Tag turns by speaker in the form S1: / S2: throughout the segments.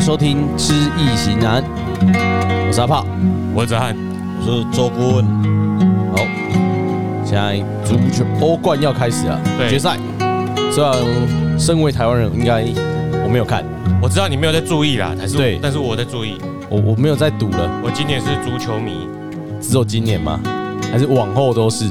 S1: 收听《知易行难》，我是阿炮。
S2: 我是子翰，
S3: 我是周顾问，
S1: 好，现在足球欧冠要开始了，
S2: 对
S1: 决赛。虽然身为台湾人，应该我没有看，
S2: 我知道你没有在注意啦，但是
S1: 对
S2: 但是我在注意。
S1: 我我没有在赌了，
S2: 我今年是足球迷，
S1: 只有今年吗？还是往后都是？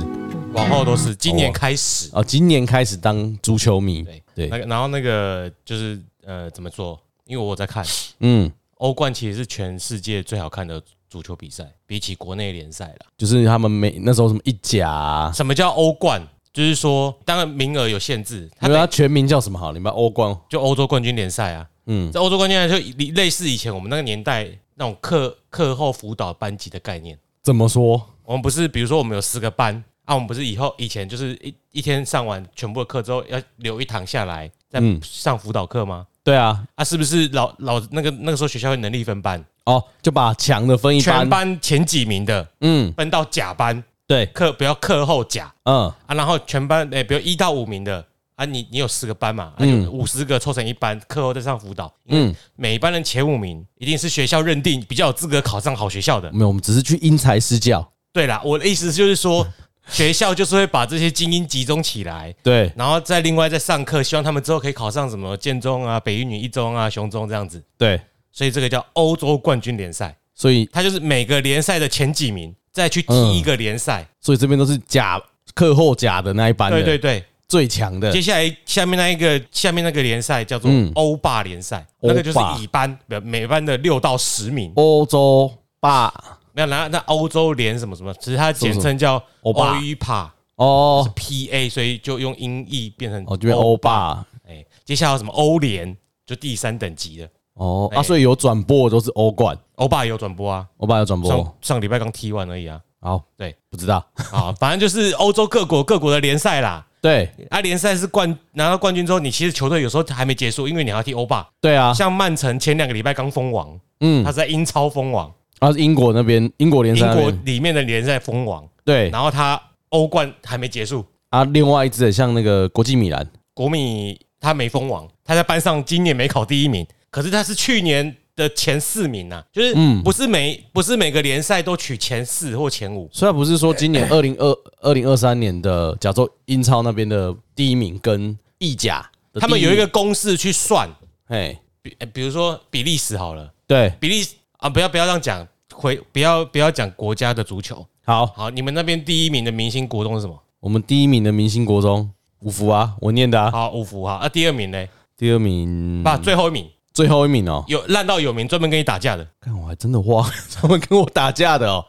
S2: 往后都是
S3: 嗯
S2: 今年开始。
S1: 哦，今年开始当足球迷。
S2: 对
S1: 对
S2: 那个然后那个就是呃，怎么说？因为我有在看
S1: 嗯，
S2: 欧冠，其实是全世界最好看的足球比赛，比起国内联赛啦。
S1: 就是他们每那时候什么一甲啊、
S2: 什么叫欧冠？就是说，当然名额有限制，
S1: 你
S2: 它
S1: 们它全名叫什么好？你们欧冠
S2: 就欧洲冠军联赛啊。
S1: 嗯
S2: 嗯，在欧洲冠军联赛就以类似以前我们那个年代那种课课后辅导班级的概念。
S1: 怎么说？
S2: 我们不是，比如说我们有十个班啊，我们不是以后以前就是一一天上完全部的课之后，要留一堂下来再
S1: 嗯
S2: 上辅导课吗？
S1: 对啊，
S2: 啊，是不是老老那个那个时候学校会能力分班，
S1: 哦，就把强的分一
S2: 全
S1: 班。
S2: 班前几名的
S1: 嗯，
S2: 分到甲班，
S1: 对，
S2: 课不要课后甲
S1: 嗯，
S2: 啊，然后全班诶、比如一到五名的啊，你你有十个班嘛，啊，
S1: 嗯
S2: 有五十个凑成一班，课后再上辅导，嗯
S1: 嗯，
S2: 每一班的前五名一定是学校认定比较有资格考上好学校的，
S1: 没有，我们只是去因材施教。
S2: 对啦，我的意思就 是说，学校就是会把这些精英集中起来，
S1: 对，
S2: 然后再另外再上课，希望他们之后可以考上什么建中啊、北一女一中啊、雄中这样子。
S1: 对，
S2: 所以这个叫欧洲冠军联赛，
S1: 所以
S2: 它就是每个联赛的前几名再去踢一个联赛。
S1: 所以这边都是假课后假的那一班的，
S2: 对对对，
S1: 最强的
S2: 接。下来下面那一个下面那个联赛叫做
S1: 嗯
S2: 欧霸联赛，
S1: 欧霸
S2: 那个就是乙班，每每班的六到十名。
S1: 欧洲霸
S2: 那然后那欧洲联什么什么，其实它简称叫
S1: 欧
S2: 欧
S1: 霸
S2: 一帕
S1: 哦
S2: PA，所以就用音译变成
S1: 哦，这边欧。霸
S2: 哎，接下来有什么欧联，就第三等级的。
S1: 哦啊，
S2: 哎
S1: 所以有转播都是欧冠，
S2: 欧巴也有转播啊，
S1: 欧霸有转播
S2: 上。上礼拜刚踢完而已啊。
S1: 好，
S2: 对，
S1: 不知道。
S2: 好，反正就是欧洲各国 各国的联赛啦。
S1: 对
S2: 啊，联赛是冠拿到冠军之后，你其实球队有时候还没结束，因为你还要踢欧霸。
S1: 对啊，
S2: 像曼城前两个礼拜刚封王，
S1: 嗯
S2: 他，是在英超封王，
S1: 啊，是英国那边，英国联
S2: 英
S1: 赛那
S2: 国
S1: 边，
S2: 里面的联赛封王，
S1: 对
S2: 然后他欧冠还没结束，
S1: 啊，另外一支很像那个国际米兰，
S2: 国米他没封王，他在班上今年没考第一名，可是他是去年的前四名呐、啊，就是
S1: 嗯
S2: 不是每、不是每个联赛都取前四或前五，
S1: 虽然不是说今年二零二二零二三年的甲州英超那边的第一名跟意甲的第名，
S2: 他们有一个公式去算，
S1: 哎，
S2: 比呃比如说比利时好了，
S1: 对，
S2: 比利时啊，不要不要这样讲，回不要不要讲国家的足球。
S1: 好，
S2: 好，你们那边第一名的明星国中是什么？
S1: 我们第一名的明星国中五福啊，我念的啊，
S2: 好，五福哈。啊，第二名呢？
S1: 第二名
S2: 把最后一名
S1: 最后一名哦，
S2: 有烂到有名，专门跟你打架的。
S1: 看我还真的忘了 他们跟我打架的哦，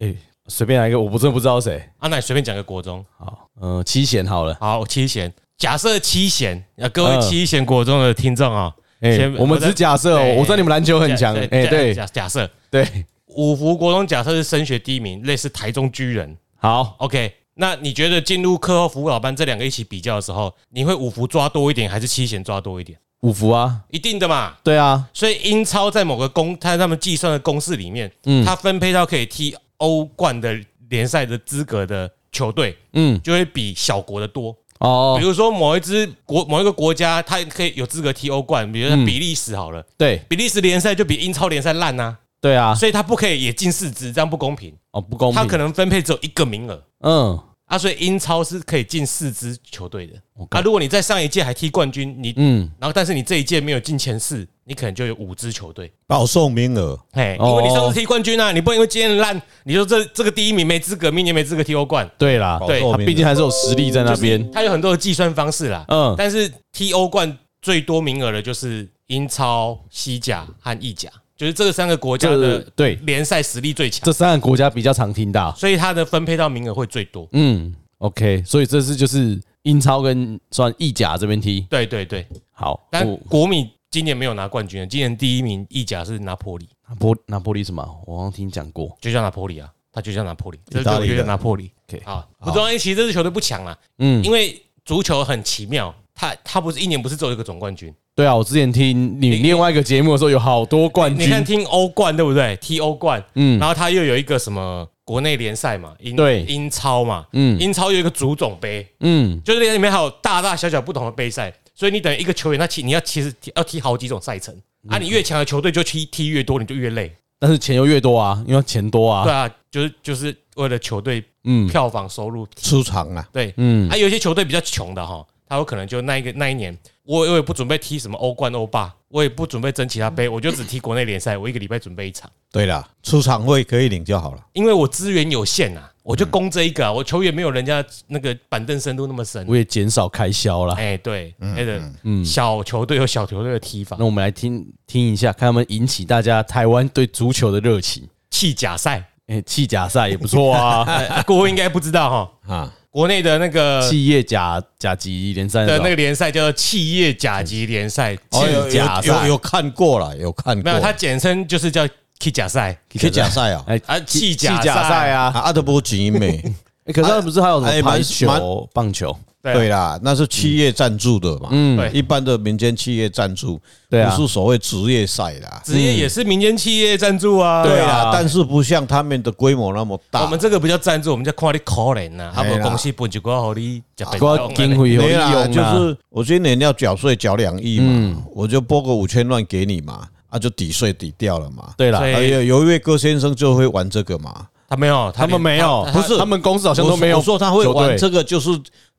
S1: 哎，随便来一个，我不真的不知道谁，
S2: 啊，那你随便讲个国中。
S1: 好，呃，七贤好了，
S2: 好，七贤。假设七贤，啊，各位
S1: 嗯
S2: 七贤国中的听众啊，
S1: 哎
S2: 先，
S1: 我们只是假设哦，
S2: 对
S1: 我知道你们篮球很
S2: 假
S1: 强，
S2: 假
S1: 哎，对
S2: 假假设
S1: 对，
S2: 五福国中假设是升学第一名，类似台中居人。
S1: 好，
S2: OK，那你觉得进入课后辅导班这两个一起比较的时候，你会五福抓多一点，还是七贤抓多一点？
S1: 五福啊，
S2: 一定的嘛。
S1: 对啊，
S2: 所以英超在某个公，它他们计算的公式里面，
S1: 嗯
S2: 它分配到可以踢欧冠的联赛的资格的球队，
S1: 嗯，
S2: 就会比小国的多。
S1: 哦
S2: 比，如说某一支国某一个国家，它可以有资格踢欧冠，比如说
S1: 嗯
S2: 比利时好了，
S1: 对
S2: 比利时联赛就比英超联赛烂呐，
S1: 对啊，
S2: 所以它不可以也进四支，这样不公平。
S1: 哦，不公
S2: 它可
S1: 平，
S2: 能分配只有一个名额
S1: 嗯，
S2: 啊，所以英超是可以进四支球队的
S1: 我靠
S2: 啊。如果你在上一届还踢冠军，你
S1: 嗯，
S2: 然后但是你这一届没有进前四，你可能就有五支球队。
S3: 保送名额，
S2: 哎，
S1: 哦
S2: 因为你上次踢冠军啊，你不能因为今天烂，你说这这个第一名没资格，明年没资格踢欧冠。
S1: 对啦，
S3: 保
S2: 对
S3: 送
S1: 他
S3: 名额
S1: 毕竟还是有实力在那边，
S2: 它有很多的计算方式啦，
S1: 嗯，
S2: 但是踢欧冠最多名额的就是英超、西甲和意甲，就是这三个国家
S1: 这
S2: 的
S1: 对
S2: 联赛实力最强，
S1: 这三个国家比较常听到，
S2: 所以它的分配到名额会最多。
S1: 嗯，OK，所以这次就是英超跟算意甲这边踢，
S2: 对对对，
S1: 好，
S2: 但
S1: 我
S2: 国米今年没有拿冠军，今年第一名意甲是拿破里，
S1: 拿波拿波利什么？我好像听讲过，
S2: 就叫拿破里啊，他就叫拿破里，这
S3: 意大利
S2: 就
S3: 的
S2: 叫拿破里
S1: OK。
S2: 好，不知道其实这支球队不强啦，
S1: 嗯，
S2: 因为足球很奇妙，它它不是一年不是只有一个总冠军。
S1: 对啊，我之前听你另外一个节目的时候，有好多冠
S2: 你
S1: 军
S2: 看，听欧冠对不对？踢欧冠，
S1: 嗯
S2: 然后他又有一个什么国内联赛嘛，英
S1: 对
S2: 英超嘛，
S1: 嗯
S2: 英超有一个足总杯，
S1: 嗯，
S2: 就是里面还有大大小小不同的杯赛，所以你等于一个球员，他其你要其实踢要踢好几种赛程
S1: 嗯
S2: 啊，你越强的球队就踢踢越多，你就越累。
S1: 但是钱又越多啊，因为钱多啊。
S2: 对啊，就是就是为了球队
S1: 嗯
S2: 票房收入，
S3: 出场啊，
S2: 对，
S1: 嗯，
S2: 还有一些球队比较穷的哈，他有可能就那一个那一年，我我也不准备踢什么欧冠、欧霸，我也不准备争其他杯，我就只踢国内联赛，我一个礼拜准备一场，
S3: 对啦，出场费可以领就好了。
S2: 因为我资源有限啊，我就攻这一个啊，我球员没有人家那个板凳深度那么深。
S1: 我也减少开销啦。
S2: 哎，对，那个
S1: 嗯
S2: 小球队有小球队的踢法
S1: 那，我们来听听一下，看他们引起大家台湾对足球的热情。
S2: 弃甲赛，
S1: 哎，弃甲赛也不错啊，
S2: 哎各位应该不知道哈，
S3: 啊，
S2: 国内的那个
S1: 企业甲甲级联赛
S2: 的
S1: 那
S2: 那
S1: 个
S2: 个联赛叫做企业甲级联赛，
S1: 哦
S3: 哎有
S1: 甲
S3: 有
S1: 赛
S3: 有有看过了，有看过。
S2: 没有，它简称就是叫 K 甲赛，
S3: 去假赛啊，
S1: 哎
S2: 啊
S1: 弃
S2: 弃甲
S1: 弃甲赛
S3: 啊，
S1: 啊。
S3: 阿德波吉美，
S1: 哎可是他们不是还有什
S3: 哎
S1: 么排
S3: 蛮蛮
S1: 球、棒球？
S2: 啊
S3: 对啦，那是企业赞助的
S2: 对
S3: 嘛，嗯，一般的民间企业赞助，
S1: 对啊
S3: 不是所谓职业赛啦，
S2: 职业也是民间企业赞助啊。
S1: 对啊
S3: 啦，但是不像他们的规模那么大，
S2: 我们这个不叫赞助，我们叫看你可怜呐，他们公司本就过好你吃便
S1: 我经
S2: 当啊。
S1: 费有利
S3: 没
S1: 用
S3: 啦，
S1: 啊
S3: 就是我今年要缴税缴两亿嘛，我就拨个五千万给你嘛，啊就抵税抵掉了嘛。
S1: 对啦
S2: 所，以
S3: 哎呀，有一位郭先生就会玩这个嘛，
S2: 他没有，
S1: 他们
S2: 连
S1: 没有，
S2: 他
S1: 不
S2: 他
S1: 是他们公司好像都没有
S3: 我说我说他会玩
S1: 球队
S3: 这个，就是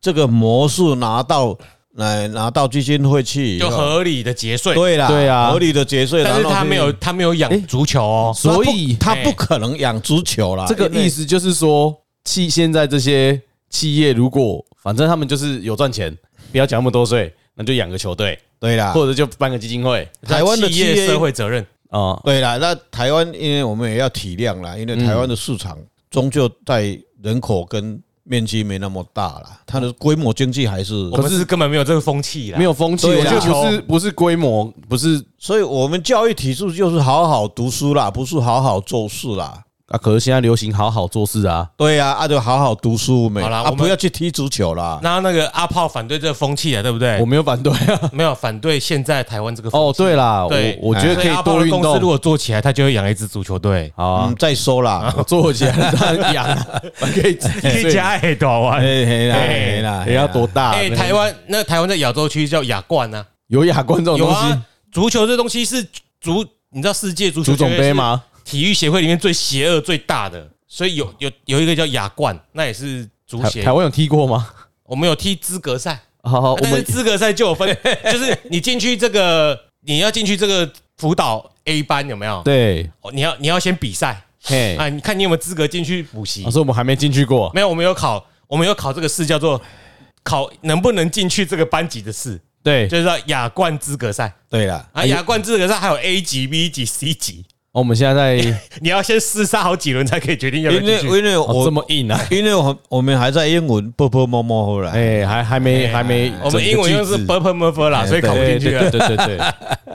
S3: 这个模式拿到来拿到基金会去以
S2: 就
S3: 后，
S2: 合理的节税，
S3: 对啦，
S1: 对啊
S3: 合理的节税，
S2: 但是
S3: 然后
S2: 他没有，他没有
S1: 哎
S2: 养足球哦。
S3: 他不，
S1: 所以
S3: 他不可能养足球啦。
S1: 这个意思就是说，企现在这些企业如果反正他们就是有赚钱，不要缴那么多税，那就养个球队，
S3: 对啦，
S1: 或者就办个基金会
S3: 台湾的
S2: 企
S3: 企业
S2: 业社会责任，
S1: 啊。
S3: 对啦，那台湾因为我们也要体谅啦，因为台湾的市场终究在人口跟面积没那么大啦，它的规模经济还是，
S2: 我们是根本没有这个风气啦。
S1: 没有风气，啊
S3: 对
S1: 我觉
S3: 啦
S1: 得不是不是规模，不是
S3: 所以我们教育体制就是好好读书啦，不是好好做事啦。
S1: 啊。可是现在流行好好做事啊，
S3: 对呀、啊，就好好读书没
S2: 好啦
S3: 啊，
S2: 我们
S3: 不要去踢足球啦。
S2: 那那个阿炮反对这个风气啊，对不对
S1: 我？没有反对 啊。
S2: 没有反对现在台湾这个风
S1: 哦，对哎啦，
S2: 对
S1: 我我觉得
S2: 所
S1: 哦可
S2: 阿
S1: 以
S2: 炮
S1: 多
S2: 的
S1: 运
S2: 公司如
S1: 动。
S2: 果做起来，他就会养一支足球 队。
S1: 好啊
S3: 嗯，，再说啦，
S1: 我做起来这样养啊，还 可以自己哎
S2: 一
S1: 睡。
S2: 家也多玩。
S3: 嘿嘿啦
S2: 嘿
S3: 嘿啦，
S1: 也要多大？啊
S2: 哎，
S1: 那
S2: 台湾那台湾在亚洲区叫亚冠啊，
S1: 有亚冠这种
S2: 有
S1: 东西
S2: 啊，，足球这东西是足，你知道世界足球
S1: 足总
S2: 协会
S1: 杯
S2: 是
S1: 吗？
S2: 体育协会里面最邪恶最大的，所以有有有一个叫亚冠，那也是足
S1: 台
S2: 协
S1: 台。湾有踢过吗？
S2: 我们有踢资格赛，
S1: 好好，我
S2: 但是
S1: 们
S2: 资格赛就有分，就是你进去这个，你要进去这个辅导 A 班有没有？
S1: 对，哎
S2: 哦你要你要先比赛
S1: 嘿，
S2: 啊，你看你有没有资格进去补习
S1: 老？师我们还没进去过。
S2: 没有，我们有考，我们有考这个试叫做考能不能进去这个班级的试，
S1: 对，
S2: 就是叫亚冠资格赛
S3: 对啦，
S1: 哎
S2: 啊，亚冠资格赛还有 A 级、B 级、C 级，
S1: 哦我们现在在
S2: 你要先厮杀好几轮才可以决定要不
S3: 因
S2: 要
S3: 为
S2: 进去。
S3: 因为
S1: 哦
S3: 我
S1: 这么硬啊，
S3: 因为我我们还在英文波波摸摸后来，
S1: 哎，还还没还没，
S2: 哎我们英文用的是 purple m u r p l e 啦，所以考不进
S1: 哎对
S2: 去
S1: 对对
S2: 了。
S1: 对对对，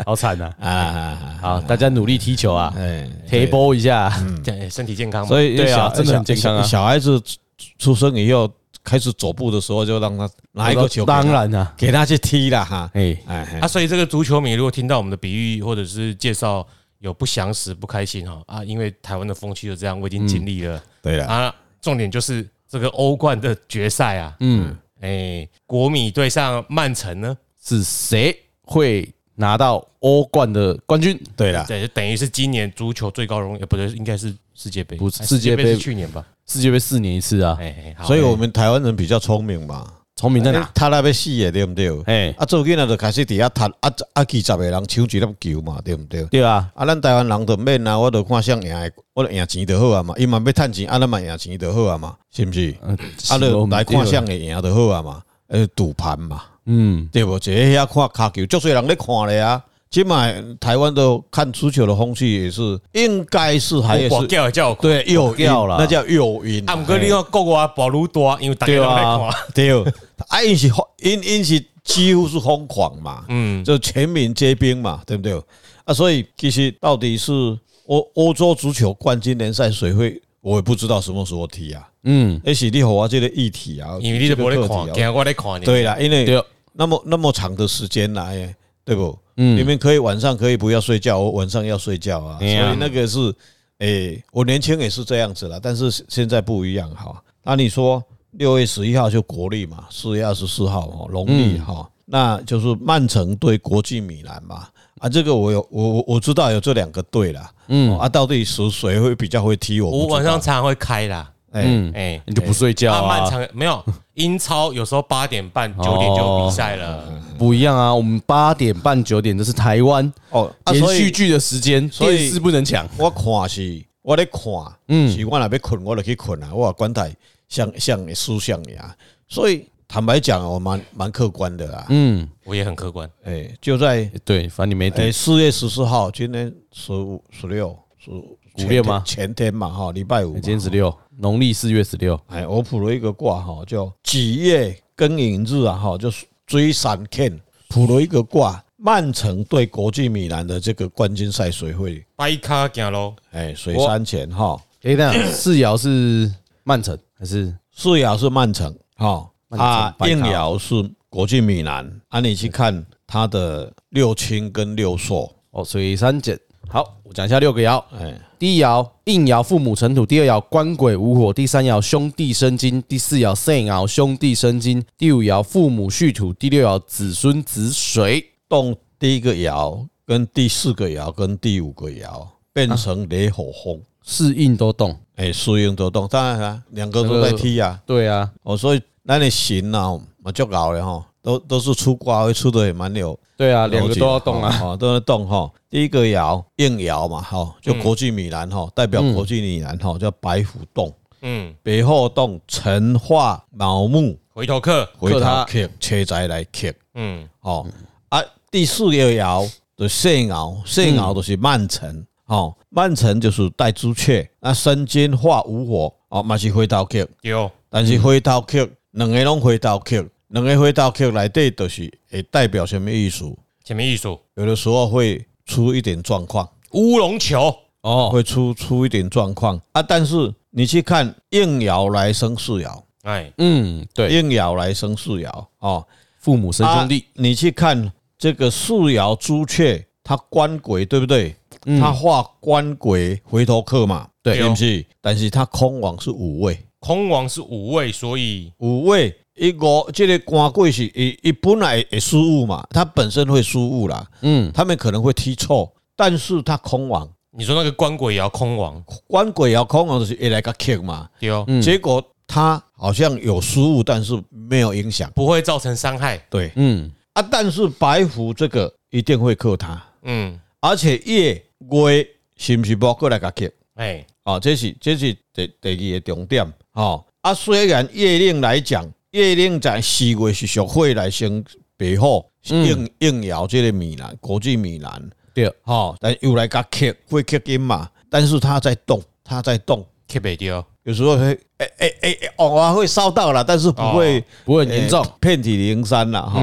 S1: 好惨呐！
S3: 啊，
S1: 好，大家努力踢球啊，
S3: 哎，
S1: 踢波一下，
S2: 对， 身体健康嘛。
S3: 所以
S1: 对啊
S3: 小
S1: 真的很健康啊
S3: 小小孩子出出生以后开始走步的时候，就让他拿一个球，
S1: 当然啊啦，
S3: 给他去踢啦哈。
S1: 哎，
S3: 哎，嘿
S2: 啊，所以这个足球迷如果听到我们的比喻或者是介绍有不详实、不开心哈啊，因为台湾的风气就这样，我已经经历了
S3: 对
S1: 嗯
S3: 了，
S2: 啊。重点就是这个欧冠的决赛啊，
S1: 嗯，
S2: 哎，国米对上曼城呢，
S1: 是谁会拿到欧冠的冠军？
S3: 对了，
S2: 啊对，就等于是今年足球最高荣誉，呃不对，应该是世界杯，
S1: 不是
S2: 哎
S1: 世界杯
S2: 是去年吧？
S1: 世界杯四年一次啊，
S2: 哎，好
S3: 所以我们台湾人比较聪明嘛。
S1: 聪明在哪？
S3: 他那边死的对不对？
S1: 哎，
S3: 啊，做囡仔就开始伫遐踢啊啊，几十个人抢一粒球嘛，对不对？
S1: 对啊，
S3: 啊，咱台湾人就免啊，我就看谁赢的，我就赢钱就好啊嘛。伊嘛要趁钱，啊，咱嘛赢钱就好啊嘛，是不是？
S1: 嗯
S3: 啊，就来看谁
S1: 像，
S3: 会赢就好啊嘛，呃，赌盘嘛，
S1: 嗯，
S3: 对无？坐喺遐看骹球，足侪人咧看咧啊。即卖台湾的看足球的风气也是，应该是还
S2: 我
S3: 啊是
S2: 广告也叫我看
S3: 对诱因
S1: 掉啦
S3: 那叫诱因啊。
S2: 啊，毋过你要国外保如多，因为大家都在
S1: 对啊
S2: 看。
S3: 对， 啊，因是疯因因是几乎是疯狂嘛，
S2: 嗯
S3: 嗯，就全民皆兵嘛，对不对？啊，所以其实到底是欧欧洲足球冠军联赛谁会，我也不知道什么时候踢啊。
S1: 嗯，
S3: 而且你和我这个议题啊，
S2: 因为你都无咧
S3: 这个课
S2: 看，
S3: 题啊
S2: 今日我咧看你。
S3: 对啦，因为
S1: 对，
S3: 那么那么长的时间来，对不？
S1: 嗯
S3: 你们可以晚上可以不要睡觉，我晚上要睡觉啊。所
S1: 对啊
S3: 以那个是，诶，我年轻也是这样子啦，但是现在不一样
S1: 嗯
S3: 哈。那你说六月十一号就国历嘛，四月二十四号哦，农历哈。那就是曼城对国际米兰嘛。啊，这个我有我我我知道有这两个队啦。嗯，啊，到底是谁会比较会踢我不知
S2: 我
S3: 道？
S2: 晚上常常会开啦，
S1: 嗯
S3: 哎，
S2: 哎，
S1: 你就不睡觉
S2: 那漫
S1: 啊？
S2: 长没有英超，有时候八点半
S3: 哦
S2: 九点就有比赛了，
S3: 嗯
S1: 不一样啊，我们八点半九点这是台湾
S3: 哦，啊，
S1: 连
S3: 所
S1: 续
S3: 以
S1: 剧的时间，
S3: 所以
S1: 电视不能抢。
S3: 我看是我咧看，嗯，是我若要困，我就去困啊，我也管台像像思想呀。啊所以坦白讲，我蛮蛮客观的啦。
S1: 嗯，
S2: 我也很客观。
S3: 哎，就在
S1: 对，反正你没读
S3: 哎，四月十四号，今天十五、十六、十五
S1: 六吗哎
S3: 前天嘛，哈，礼拜五嘛。
S1: 今天十六，农历四月十六，
S3: 哎，我卜了一个卦哈，叫己月庚寅日啊，哈，就是追闪 Ken，卜了一个卦，曼城对国际米兰的这个冠军赛谁会？
S2: 掰卡行喽，
S3: 哎，水山前哈，
S1: 哎，那 四爻是曼城还是
S3: 四爻是曼城哈，
S1: 曼城
S3: 啊，
S1: 白咖
S3: 应爻是国际米兰，啊，你去看他的六亲跟六朔，
S1: 哦水三减？好，我讲一下六个爻。
S3: 哎，
S1: 第一爻应爻父母尘土，第二爻官鬼无火，第三爻兄弟生金，第四爻肾爻兄弟生金，第五爻父母戌土，第六爻子孙子水。
S3: 动第一个爻跟第四个爻跟第五个爻变成雷火风，
S1: 四应都动，
S3: 哎，四应都动，当然啦，两个都在踢啊。
S1: 对啊，
S3: 哦，所以那你行啊，我就搞了哈，都都是出卦会出的也蛮有
S1: 对啊，
S3: 了解的，
S1: 两个都要动啊。
S3: 哦，哦都要动哈。第一个爻应爻嘛，哈，
S1: 嗯
S3: 就国际米兰哈，代表国际米兰哈，叫白虎洞、
S2: 嗯，
S3: 白虎洞、陈化、卯木、
S2: 回头客，
S3: 回
S1: 克他
S3: 头克、车宅来克
S2: 嗯，
S3: 哦。啊，第四个爻就肾爻，肾
S1: 嗯
S3: 爻就是曼城哦，曼城就是带朱雀，那申金化无火哦，嘛是回头克。
S2: 有
S3: 但
S1: 嗯
S3: 是回头曲两个拢回头曲，两个回头曲内底就是会代表什么意思？
S2: 前面艺术
S3: 有的时候会出一点状况，
S2: 乌龙球，
S1: 哦，
S3: 会出出一点状况啊！但是你去看应爻来生四爻，
S2: 哎，
S1: 嗯，对，
S3: 应爻来生四爻哦，
S1: 父母生兄弟
S3: 啊，你去看这个四爻朱雀，它官鬼对不对？它画官鬼回头客嘛，
S1: 嗯对
S3: 是不是？但是它空亡是五位。
S2: 空王是五位，所以
S3: 五位一五，这个官贵是一一本来也失误嘛，他本身会失误啦，
S1: 嗯，
S3: 他们可能会踢错，但是他空网
S2: 你说那个官鬼也要空王，
S3: 官鬼要空网就是会来个 kick 嘛，
S2: 对哦，
S1: 嗯
S3: 结果他好像有失误，但是没有影响，
S2: 不会造成伤害，
S3: 对
S1: 嗯，
S3: 啊，但是白虎这个一定会克他，
S2: 嗯，
S3: 而且月月是不是包过来个 kick
S2: 哎，
S3: 啊？这是这是第第二个重点哦。啊，虽然月令来讲，月令在四月是属火来生白虎，是
S1: 嗯
S3: 应应爻这个米兰国际米兰
S1: 对，
S3: 哦，但又来个克会克金嘛，但是它在动，它在动，
S2: 克北丢，
S3: 有时候会诶诶诶诶，偶尔会烧到了，但是不会
S1: 哦不会很严重嗯
S3: 诶，遍体鳞伤了哈。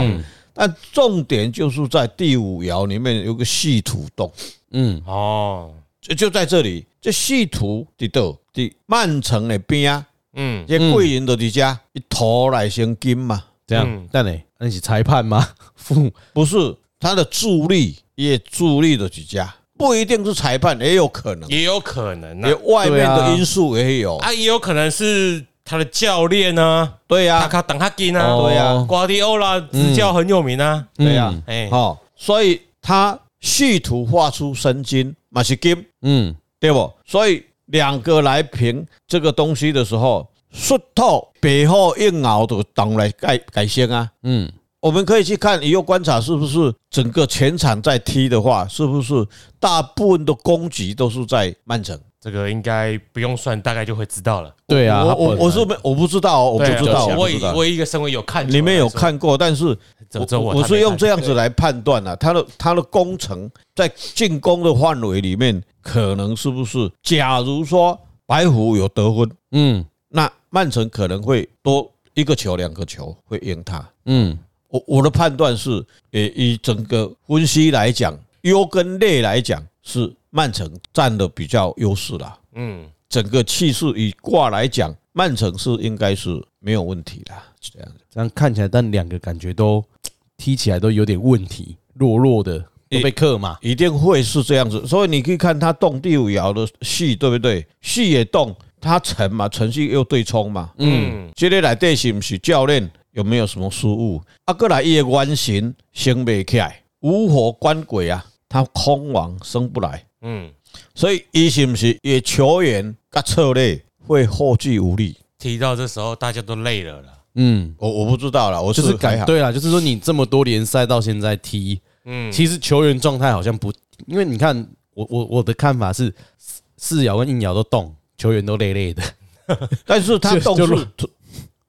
S3: 但重点就是在第五爻里面有个系土动。
S1: 嗯，
S2: 哦，
S3: 就就在这里，这细图伫倒伫曼城的边啊，
S2: 嗯，
S3: 这贵人就伫遮，一头来生金嘛，
S1: 这样
S2: 嗯，
S1: 但你那是裁判吗？ 父母
S3: 不是他的助力，也助力的伫遮，不一定是裁判，也有可能，
S2: 也有可能
S3: 也
S2: 啊，
S3: 外面的因素也有，
S2: 啊，也有可能是他的教练啊，
S3: 对
S2: 他
S3: 呀，
S2: 卡等他进啊，
S1: 哦
S3: 对嗯呀，
S2: 瓜迪欧拉执教很有名啊，
S3: 对呀，
S2: 哎，
S3: 哦，所以他细图画出神经嘛是金，
S1: 嗯，
S3: 对不？所以两个来评这个东西的时候，术透背后硬熬的当然改改先啊。
S1: 嗯，
S3: 我们可以去看以后观察，是不是整个全场在踢的话，是不是大部分的攻击都是在曼城？
S2: 这个应该不用算，大概就会知道了。
S1: 对啊，
S3: 我
S1: 他
S3: 我
S1: 本来
S3: 我是没我不知道哦，我不
S2: 对啊
S3: 知道，
S2: 我
S3: 我不
S2: 以
S3: 知道。
S2: 我以一个身为有看球的
S3: 你们有
S2: 来说，
S3: 看过，但是
S2: 这这
S3: 我
S2: 我
S3: 我
S2: 还没
S3: 是用
S2: 看
S3: 这样子来判断了、他的他的工程在进攻的范围里面，可能是不是？假如说白虎有得分，
S1: 嗯
S3: 那曼城可能会多一个球、两个球会赢他。
S1: 嗯，
S3: 我我的判断是，呃，以整个分析来讲，优跟劣来讲，是曼城占的比较优势啦。
S2: 嗯，
S3: 整个气势以卦来讲，曼城是应该是没有问题啦。是这样子，
S1: 这样看起来，但两个感觉都踢起来都有点问题，弱弱的，都被克嘛。
S3: 一定会是这样子。所以你可以看他动第五爻的戏，对不对？戏也动，他沉嘛，沉是又对冲嘛。
S2: 嗯，
S3: 这个来对是不是教练？有没有什么失误？啊，过来伊的原型升袂起来，无火官鬼啊，他空王升不来，
S2: 嗯，
S3: 所以伊是毋是伊的球员甲策略会后继无力？
S2: 提到这时候大家都累了啦，
S1: 嗯，
S3: 我我不知道啦，我
S1: 就是是
S3: 还
S1: 感
S3: 好。
S1: 对啦，就是说你这么多联赛到现在踢，
S2: 嗯，
S1: 其实球员状态好像不，因为你看我我我的看法是，四四爻跟应爻都动，球员都累累的。
S3: 但是他
S1: 就
S3: 动
S1: 就是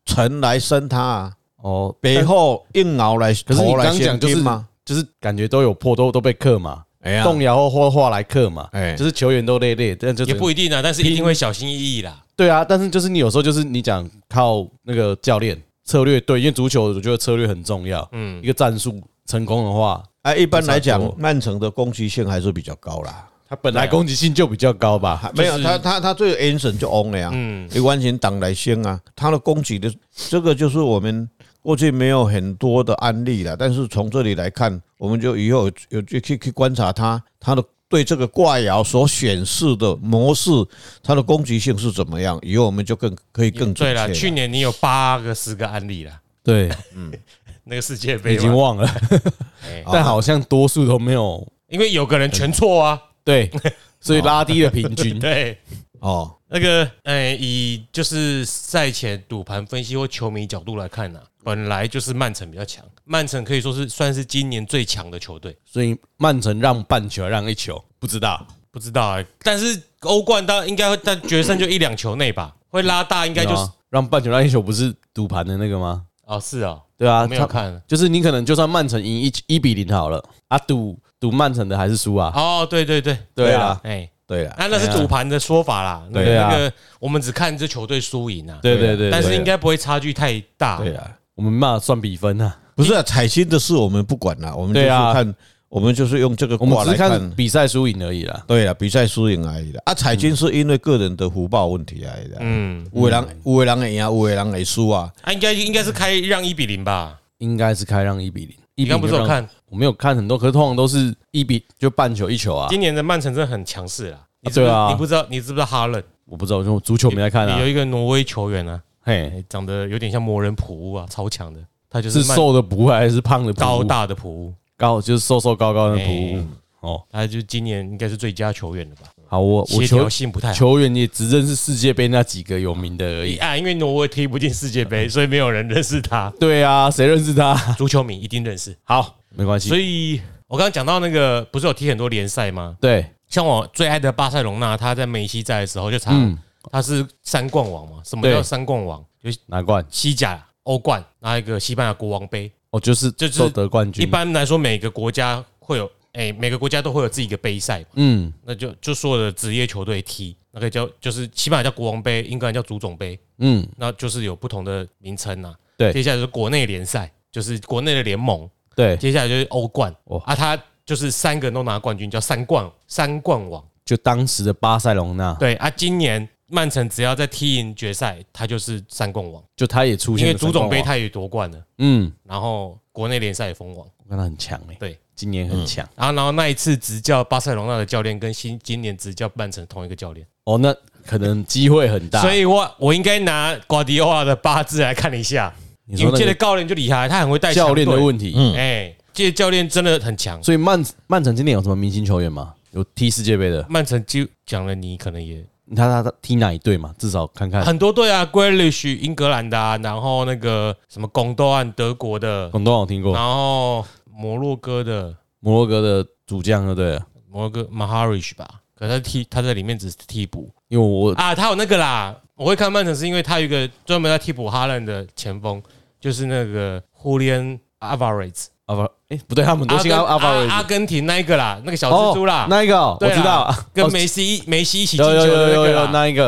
S3: 陈来生他啊，
S1: 哦，
S3: 背后硬熬来，
S1: 可是你
S3: 头来
S1: 刚讲
S3: 先
S1: 就是
S3: 拼吗？
S1: 就是感觉都有破，都都被克嘛，
S3: 哎
S2: 啊
S3: 呀，
S1: 动摇或或话来克嘛，
S3: 哎
S1: 就是球员都累累，但就只
S2: 也
S1: 能
S2: 不一定啊，但是一定会小心翼翼啦。
S1: 对啊，但是就是你有时候就是你讲靠那个教练策略，对，因为足球我觉得策略很重要，嗯，一个战术成功的话，
S3: 啊，一般来讲
S1: 不差，
S3: 曼城的攻击性还是比较高啦。
S1: 他本来攻击性就比较高吧，
S3: 啊没有他，他他最 a n s o n 就 on 了呀，
S2: 嗯，
S3: 你完全挡来先啊，他的攻击的这个就是我们过去没有很多的案例了，但是从这里来看，我们就以后有有去去去观察他他的对这个卦爻所显示的模式，他的攻击性是怎么样，以后我们就更可以更
S2: 对
S3: 准确啊
S2: 啦，
S3: 了。
S2: 去年你有八个十个案例啦，
S1: 对，
S2: 那个世界杯
S1: 已经
S2: 嘛
S1: 忘了，
S2: 啊哎
S1: 但好像多数都没有
S2: 因为有个人全错啊，，
S1: 对，所以拉低了平均
S3: 嗯
S2: 对。
S3: 哦，
S2: 那个，呃，以就是赛前赌盘分析或球迷角度来看呢、本来就是曼城比较强，曼城可以说是算是今年最强的球队。
S1: 所以曼城让半球让一球，不知道，
S2: 不知道哎、但是欧冠当然应该会，但决胜就一两球内吧，会拉大，应该就是
S1: 有啊让半球让一球，不是赌盘的那个吗？
S2: 哦，是哦，
S1: 对啊，
S2: 我没有
S1: 他
S2: 看。
S1: 就是你可能就算曼城赢一一比零好了，啊赌赌曼城的还是输啊，
S2: 哦，对对对，
S1: 对
S3: 啊
S1: 啊，
S2: 哎，
S3: 对了，
S2: 啊，那是赌盘的说法啦。那
S1: 对啊
S2: 那个我们只看这球队输赢啊，
S1: 对对对，
S2: 但是
S1: 对啊
S2: 应该不会差距太大。
S3: 对了。
S1: 我们没办法算比分啊。
S3: 不是啊，彩星的事我们不管了，我们就是
S1: 对啊
S3: 看，我们就是用这个
S1: 我们
S3: 卦
S1: 只
S3: 来
S1: 是看
S3: 看。
S1: 比赛输赢而已啦。
S3: 对了，比赛输赢而已的啊，彩金是因为个人的福报问题来的。
S2: 嗯，
S3: 有的人有的人会赢，有的人会输 啊。
S2: 啊，应该应该是开让一比零吧？
S1: 应该是开让一比零。一比
S2: 你
S1: 零
S2: 刚不是有
S1: 就让？
S2: 看
S1: 我没有看很多，可是通常都是一比就半球一球啊。
S2: 今年的曼城真的很强势啦。你知
S1: 啊
S2: 不
S1: 对
S2: 知
S1: 啊
S2: 你不知道你知不知道哈伦？
S1: 我不知道，就足球没在看
S2: 有
S1: 啊。
S2: 一个挪威球员啊，
S1: 嘿，
S2: 哎长得有点像魔人普乌啊，超强的。他就是是曼
S1: 瘦的普乌还是胖的普乌
S2: 高大的普乌，
S1: 高，就是瘦瘦高高的普乌
S2: 哎。
S1: 哦，
S2: 他就今年应该是最佳球员了吧？
S1: 好，我我
S2: 协
S1: 球
S2: 调啊性不太好。
S1: 球员也只认识世界杯那几个有名的而已。
S2: 啊，因为挪威踢不进世 界杯，所以没有人认识他。
S1: 对啊，谁认识他？
S2: 足球迷一定认识。
S1: 好，没关系
S2: 所。以我刚刚讲到那个，不是有踢很多联赛吗？
S1: 对，
S2: 像我最爱的巴塞隆纳，他在梅西在的时候就查，
S1: 嗯，
S2: 他是三冠王嘛？什么叫
S1: 对
S2: 三冠王？就是
S1: 拿冠，
S2: 西甲、欧冠，然后一个西班牙国王杯。
S1: 哦，就是
S2: 就是
S1: 都得冠军。
S2: 一，般来说，每个国家会有，哎、每个国家都会有自己的杯赛嘛，
S1: 嗯，
S2: 那就就所有的职业球队踢，那个叫就是西班牙叫国王杯，英格兰叫足总杯，
S1: 嗯，
S2: 那就是有不同的名称啊。
S1: 对
S2: 接下来就是国内联赛，就是国内的联盟，
S1: 对，
S2: 接下来就是欧冠，
S1: 哦
S2: 啊，他就是三个都拿冠军，叫三冠三冠王。
S1: 就当时的巴塞隆纳，
S2: 对啊，今年曼城只要在踢赢决赛，他就是三冠王，
S1: 就他也出
S2: 因
S1: 现
S2: 为
S1: 了
S2: 足
S1: 三冠王。
S2: 总杯他也夺冠了，
S1: 嗯，
S2: 然后国内联赛也封王。
S1: 我看他很强诶。
S2: 对，嗯
S1: 今年很强。
S2: 然后，然后那一次执教巴塞罗那的教练跟新今年执教曼城同一个教练，
S1: 哦，那可能机会很大。
S2: 所以我我应该拿瓜迪奥拉的八字来看一下，
S1: 你
S2: 因
S1: 说
S2: 为这
S1: 那
S2: 个
S1: 个
S2: 教练就厉害，他很会带
S1: 教练的
S2: 题，
S1: 问题，
S3: 嗯
S2: 哎，这个教练真的很强。
S1: 所以曼曼城今年有什么明星球员吗？有踢世界杯的，
S2: 曼城就讲了，你可能也
S1: 他他他踢哪一队嘛？至少看看。
S2: 很多队啊，Grealish 英格兰的、啊，然后那个什么贡多安德国的，
S1: 广东我听过
S2: 然，后摩洛哥的
S1: 摩洛哥的主将就对了，
S2: 摩洛哥 Maharish 吧，可是他踢他在里面只是替补，
S1: 因为我
S2: 啊，他有那个啦，我会看曼城是因为他有一个专门在替补哈兰的前锋，就是那个 Julian Alvarez，
S1: 阿法哎不对，他们都姓阿阿法
S2: 阿
S1: 维
S2: 根廷那一个啦，那个小
S1: 哦
S2: 蜘蛛啦，
S1: 那一个哦我
S2: 对啦啊
S1: 知道，
S2: 跟
S1: 哦
S2: 梅西梅西一起进
S1: 有
S2: 球
S1: 有有
S2: 的
S1: 有有
S2: 那个啦。
S1: 那一个，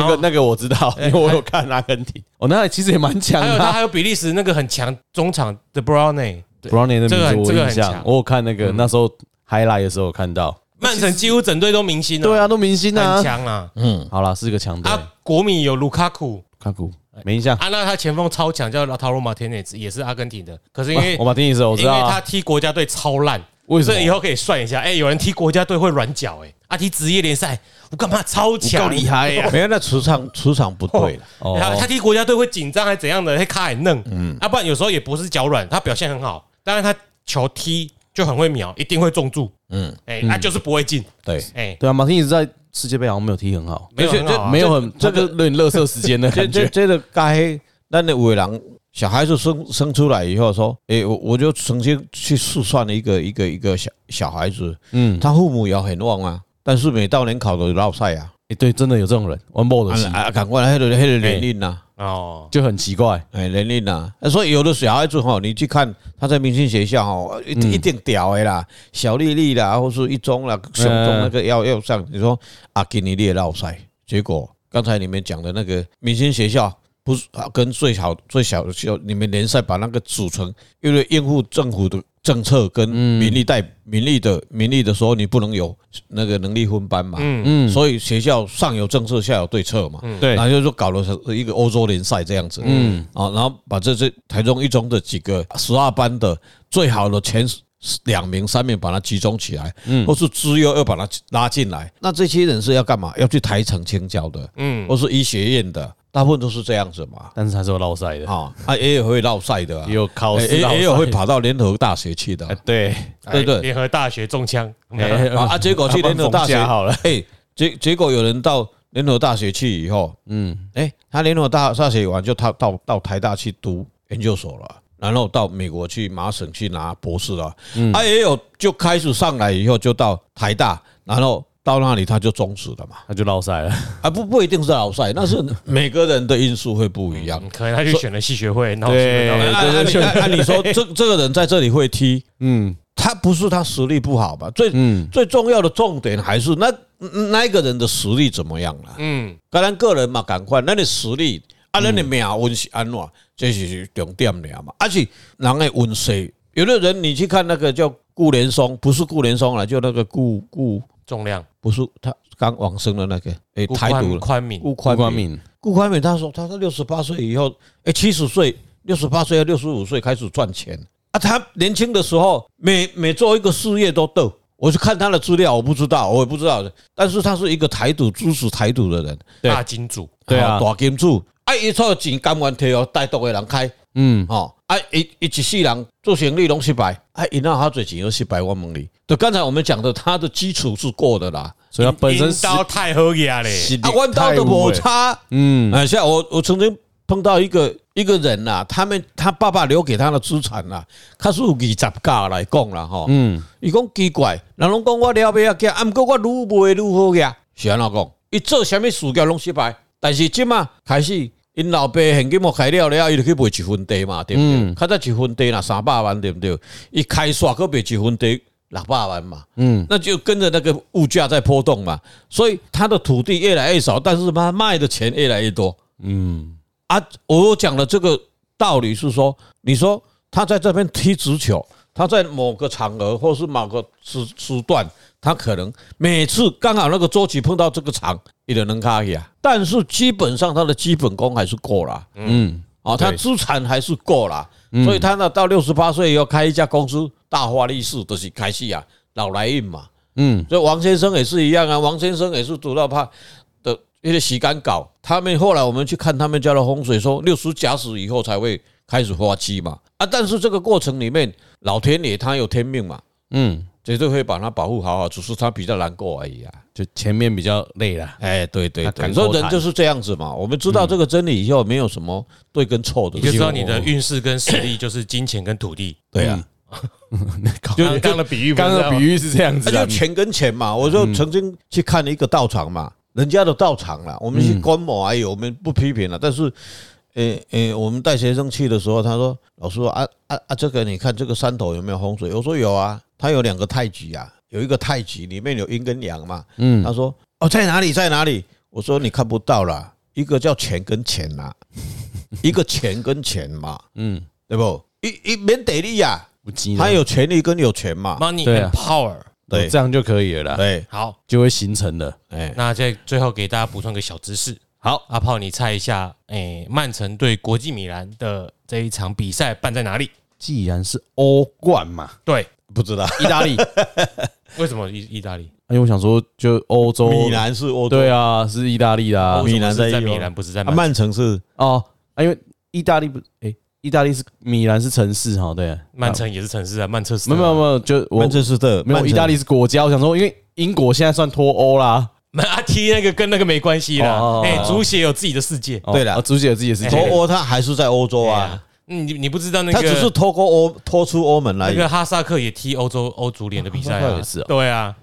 S1: 那
S2: 后哎
S1: 个那个我知道，因为我有看阿根廷。哦，那其实也蛮强
S2: 还有
S1: 的
S2: 他
S1: 啊。
S2: 还有比利时那个很强中场的 Brownie，
S1: Brownie 的名
S2: 这个
S1: 字
S2: 很
S1: 我
S2: 这个
S1: 有
S2: 很
S1: 印象，
S2: 强嗯
S1: 我有看那个那时候 highlight 的时候有看到。
S2: 曼城几乎整队都明星了，
S1: 对啊，都明星啊
S2: 很。强啊。
S3: 嗯，
S1: 好啦，是个强队。
S2: 啊，国米有卢卡库
S1: 卡古没印象。
S2: 啊，那他前锋超强，叫拉塔罗马天内兹，也是阿根廷的。可是因为
S1: 我马丁尼斯我知
S2: 因
S1: 道
S2: 为
S1: 啊
S2: 他踢国家队超烂，
S1: 为什
S2: 所以以
S1: 么？
S2: 后可以算一下，哎、有人踢国家队会软脚，哎，啊，踢职业联赛，我干嘛超强，
S1: 你够厉害呀
S3: 没有，那磁 场磁场不对了。
S1: 哦
S2: 他他踢国家队会紧张还怎样的，会卡很嫩，嗯，啊，不然有时候也不是脚软，他表现很好，当然他球踢就很会瞄，一定会中柱，
S3: 嗯，
S2: 哎、他、就是不会进，
S3: 对，
S2: 哎、
S1: 对啊，马丁一直在世界杯好像没有踢很好，
S2: 没有
S3: 而且
S2: 很好啊、
S1: 没有很这个有点乐色时间的
S3: 哦这
S1: 感
S3: 这
S1: 觉。
S3: 这个该咱的有的人小孩子生生出来以后说，诶，我我就曾经去试算一个一个一个小小孩子，
S1: 嗯，
S3: 他父母也很旺啊，但是每到年考都落赛啊，
S1: 诶哎对，真的有这种人，one ball
S2: 嗯
S1: 的戏
S3: 啊啊，赶快那个那个年龄啊呐。
S2: 哦，
S1: 就很奇怪。
S3: 哎，能力呐，啊所以有的小孩子吼，你去看他在明星学校吼，一定一定屌的啦，小丽丽啦，或是一中啦，雄中那个要要上，你说啊，给你列绕赛，结果刚才你们讲的那个明星学校。不是啊跟最好最小的学校，你们联赛把那个组成，因为应付政府的政策跟民力代民力的民力的时候，你不能有那个能力分班嘛，
S2: 嗯
S1: 嗯，
S3: 所以学校上有政策，下有对策嘛，
S1: 对
S3: 然后就说搞了一个欧洲联赛这样子，嗯，啊，然后把这这台中一中的几个十二班的最好的前两名、三名把它集中起来，嗯，或是资优要把它拉进来，那这些人是要干嘛？要去台城青教的，
S2: 嗯，
S3: 或是医学院的，大部分都是这样子嘛，
S1: 但是还是有落赛的，
S3: 啊，啊也有会绕赛的啊，
S1: 也有考
S3: 也
S1: 试
S3: 也
S1: 落赛，
S3: 也有会跑到联合大学去的
S1: 哎
S3: 啊，
S1: 对，
S3: 对不对
S2: 哎联合大学中枪，
S1: 哎
S3: 啊啊，结果去联合大学
S1: 他帮冯家好了，
S3: 哎，结结果有人到联合大学去以后，
S1: 嗯，
S3: 哎、他联合大大学完就他到到台大去读研究所了，然后到美国去麻省去拿博士了，
S1: 嗯
S3: 他也有就开始上来以后就到台大，然后到那里他就终止了嘛，
S1: 他就落赛了。
S3: 啊不不一定是老帅，那是每个人的因素会不一样。啊
S2: 嗯可能他去选了戏学会，然后
S1: 对
S2: 然后
S3: 按按你按你 说，这这个人在这里会踢，
S1: 嗯
S3: 他不是他实力不好吧？最
S1: 嗯，
S3: 最重要的重点还是那那一个人的实力怎么样了？
S2: 嗯，
S3: 当然个人嘛，赶快，咱的实力啊，咱的命运是安怎，这是重点了嘛。而且人的运势，有的人你去看那个叫顾连松，不是顾连松了，就那个顾顾，
S2: 重量，
S3: 不是他刚往生的那个，哎，台独
S2: 宽
S3: 了，
S2: 宽敏，
S3: 顾宽
S1: 关冠
S3: 敏。
S1: 敏，
S3: 顾宽敏他说，他说六十八岁以后，哎，七十岁、六十八岁、啊六十五岁开始赚钱啊。他年轻的时候，每每做一个事业都斗。我去看他的资料，我不知道，我也不知道，但是他是一个台独支持台独的人。
S1: 对
S2: 大金主，
S1: 对啊
S3: 哦大金主，啊，伊出钱甘愿摕互带毒的人开，
S1: 嗯，
S3: 吼，啊，一一一世人做生意拢失败，啊，伊那好侪钱都失败，我问你，就刚才我们讲的，他的基础是过的啦，
S1: 所以他本身
S2: 阴
S1: 实
S2: 刀太好呀嘞，
S1: 实力
S3: 啊，弯刀
S1: 太
S3: 的
S1: 无
S3: 摩
S1: 欸，
S3: 擦，
S1: 嗯，
S3: 啊，像我我曾经碰到一个一个人呐、他们他爸爸留给他的资产呐、啊，他是有二十家来讲啦，吼，嗯，伊讲奇怪，人拢讲我了不要惊，啊，毋过我愈卖愈好呀，是安怎讲？伊做啥物事业拢失败，但是即马开始。因老爸现金嘛开了了，伊就去卖一分地嘛，对不对？较早一分地若三百万，对不对？伊开煞个卖一分地六百万嘛，嗯，那就跟着那个物价在波动嘛，所以他的土地越来越少，但是他卖的钱越来越多，啊，我讲的这个道理是说，你说他在这边踢足球，他在某个场合或是某个时时段，他可能每次刚好那个周期碰到这个场，你就能卡呀。但是基本上他的基本功还是够了，
S1: 嗯，
S3: 啊，他资产还是够啦，所以他呢到六十八岁以后开一家公司，大发利市就是开始啊，老来运嘛。
S1: 嗯，
S3: 所以王先生也是一样啊，王先生也是读到怕的一些洗干搞。他们后来我们去看他们家的风水，说六十甲子以后才会开始发迹嘛。啊，但是这个过程里面，老天爷他有天命嘛，
S1: 嗯，
S3: 绝对会把他保护好好，只是他比较难过而已 啊。
S1: 就前面比较累啦。
S3: 哎，对对
S1: 他
S3: 对，
S1: 敢
S3: 所以
S1: 过
S3: 人
S1: 谈
S3: 就是这样子嘛。我们知道这个真理以后，没有什么对跟错的。
S2: 你就知道你的运势跟实力就是金钱跟土地。
S3: 对啊，
S1: 就
S2: 刚刚的比喻不是
S1: 哦刚
S2: 这样吗，
S1: 刚的比喻是这样
S3: 那
S1: 子
S3: 就
S1: 啊，
S3: 钱跟钱嘛。我就曾经去看一个道场嘛，人家的道场啦，我们去观摩而已，我们不批评了。但是，诶诶，我们带学生去的时候，他说：“老师啊啊啊，这个你看这个山头有没有风水？”我说：“有啊，它有两个太极啊，有一个太极里面有阴跟阳嘛。”嗯，他说：“哦，在哪里？在哪里？”我说：“你看不到啦，一个叫钱跟钱啦、一个钱跟钱嘛，
S1: 嗯，
S3: 对不？一一免得利呀，
S1: 不急
S3: 他
S1: 的，
S3: 有权利跟有权嘛，
S2: money
S1: 对啊
S2: and power。
S3: 对
S1: 这样就可以了啦，
S3: 对，
S2: 好，
S1: 就会形成了。
S3: 哎。”
S2: 那在最后给大家补充一个小知识。好，阿炮，你猜一下，诶，曼城对国际米兰的这一场比赛办在哪里？
S1: 既然是欧冠嘛，
S2: 对，
S3: 不知道。
S1: 意大利，
S2: 为什么意意大利？
S1: 因为我想说，就欧洲，
S3: 米兰是欧洲，
S1: 对啊，是意大利的啊
S3: 欧洲米兰
S2: 为什么是在
S3: 在意
S2: 米
S3: 哦
S2: 兰，不是在
S3: 啊
S2: 曼城。
S3: 曼城是
S1: 哦，啊，因为意大利不，诶，意大利是米兰是城市哈，对，
S2: 曼城也是城市啊，曼彻斯
S1: 没
S2: 特
S1: 有没有没有，就我
S3: 曼彻斯特，
S1: 没有
S3: 曼
S1: 意
S3: 城
S1: 大利是国家，我想说，因为英国现在算脱欧啦，
S2: 没有 啊，踢那个跟那个没关系啦
S1: 哦哦哦。
S2: 哎
S1: 哦，
S2: 足协有自己的世界。
S1: 哦
S3: 对啦哎哦
S1: 啊主席有自己的事情
S3: 脱，欧，他还是在欧洲啊，
S2: 嗯，你你不知道那
S3: 他
S2: 个
S3: 只是脱过欧，脱出欧盟来
S2: 那。个哈萨克也踢欧洲欧足联的比
S1: 哈
S2: 赛
S1: 萨克
S2: 啊，
S1: 也是哦
S2: 对啊，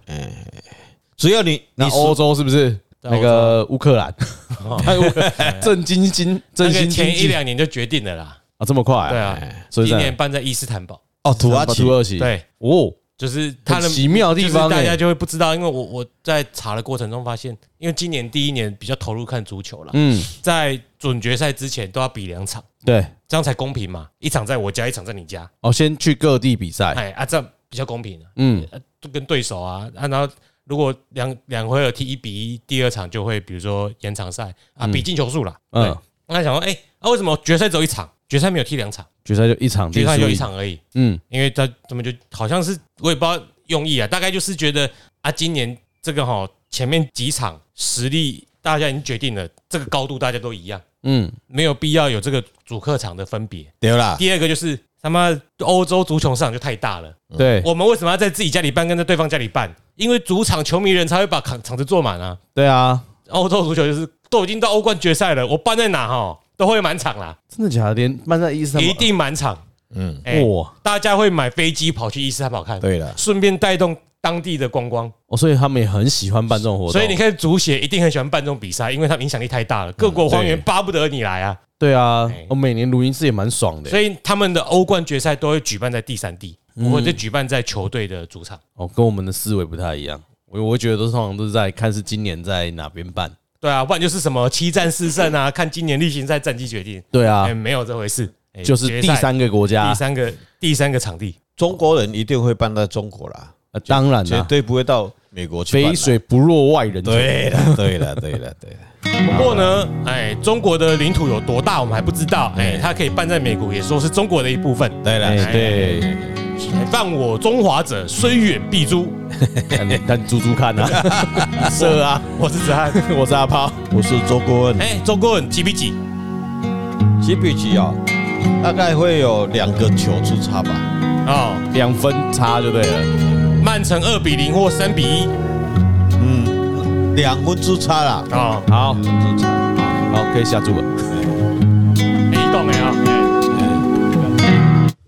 S3: 只要你你
S1: 那欧洲是不是
S2: 在欧洲
S1: 那
S2: 哎
S1: 个乌克兰？ 太乌克兰震惊惊
S2: 那
S1: 震
S2: 个
S1: 惊
S2: 前一
S1: 惊
S2: 两年就决定了啦。
S1: 啊，这么快啊？
S2: 对啊，
S1: 所以
S2: 今
S1: 在
S2: 年办在伊斯坦堡，
S3: 哦土耳其
S1: 土，耳其
S2: 对，
S1: 哦，
S2: 就是他的
S1: 很奇妙的地方
S2: 就是大
S1: 欸
S2: 家就会不知道，因为我我在查的过程中发现，因为今年第一年比较投入看足球啦，
S1: 嗯，
S2: 在准决赛之前都要比两场，
S1: 对，
S2: 这样才公平嘛，一场在我家，一场在你家，
S1: 哦，先去各地比赛，
S2: 哎啊，这样比较公平啊。
S1: 嗯，
S2: 就跟对手啊，啊然后如果两两回合踢一比一，第二场就会比如说延长赛啊，比进球数啦。
S1: 嗯
S2: 嗯，那想说，哎、啊为什么决赛只有一场？决赛没有踢两场，
S1: 决赛就一场
S2: 决
S1: 定
S2: 赛
S1: 输
S2: 就一，场而已。
S1: 嗯，
S2: 因为他他们就好像是我也不知道用意啊，大概就是觉得啊，今年这个哈前面几场实力大家已经决定了，这个高度大家都一样，
S1: 嗯，
S2: 没有必要有这个主客场的分别。
S3: 对啦，
S2: 第二个就是他妈欧洲足球市场就太大了。
S1: 对
S2: 我们为什么要在自己家里办，跟在对方家里办？因为主场球迷人才会把场场子坐满啊。
S1: 对啊，
S2: 欧洲足球就是都已经到欧冠决赛了，我办在哪哈都会满场啦，
S1: 真的假的？连曼在伊斯坦堡
S2: 一定满场。
S3: 嗯，
S2: 哎、
S1: 哇，
S2: 大家会买飞机跑去伊斯坦堡看，
S3: 对了，
S2: 顺便带动当地的观光。
S1: 哦，所以他们也很喜欢办这种活动，
S2: 所以你看，足协一定很喜欢办这种比赛，因为他们影响力太大了，各国荒原
S1: 嗯对
S2: 巴不得你来啊。
S1: 对啊
S2: 哎，
S1: 我每年录音室也蛮爽的，欸
S2: 所以他们的欧冠决赛都会举办在第三地，
S1: 嗯
S2: 或者举办在球队的主场。
S1: 哦，跟我们的思维不太一样。我我会觉得都是通常都是在看是今年在哪边办。
S2: 对啊，不然就是什么七战四胜 啊，看今年例行赛战绩决定。
S1: 对啊
S2: 哎、，没有这回事，哎
S1: 就是第、
S2: 决赛
S1: 三啊个国家
S2: 第，三个第三个场地，
S3: 中国人一定会搬到中国啦，
S1: 呃当然
S3: 绝
S1: 啦，
S3: 对不会到啊美国去办
S1: 肥
S3: 啦。
S1: 水不落外人田。
S3: 对了，对了，对了，对了，
S2: 不过呢，哎，中国的领土有多大，我们还不知道。哎，它可以办在美国，也说是中国的一部分。
S3: 对
S1: 哎
S3: 了，
S1: 对，
S2: 哎犯我中华者，虽远必诛。
S1: 但但猪猪看啊， 射啊！
S2: 我是子涵。
S1: 我是阿炮，
S3: 我是周国文，
S2: 哎，中国人几比几？
S3: 几比几啊？大概会有两个球之差吧。
S2: 哦，
S1: 两分差就对了。
S2: 曼城二比零或三比一。
S3: 嗯，两分之差啦。
S2: 哦，
S1: 好，
S3: 两分之差
S1: 好，可以下注了。
S2: 哎啊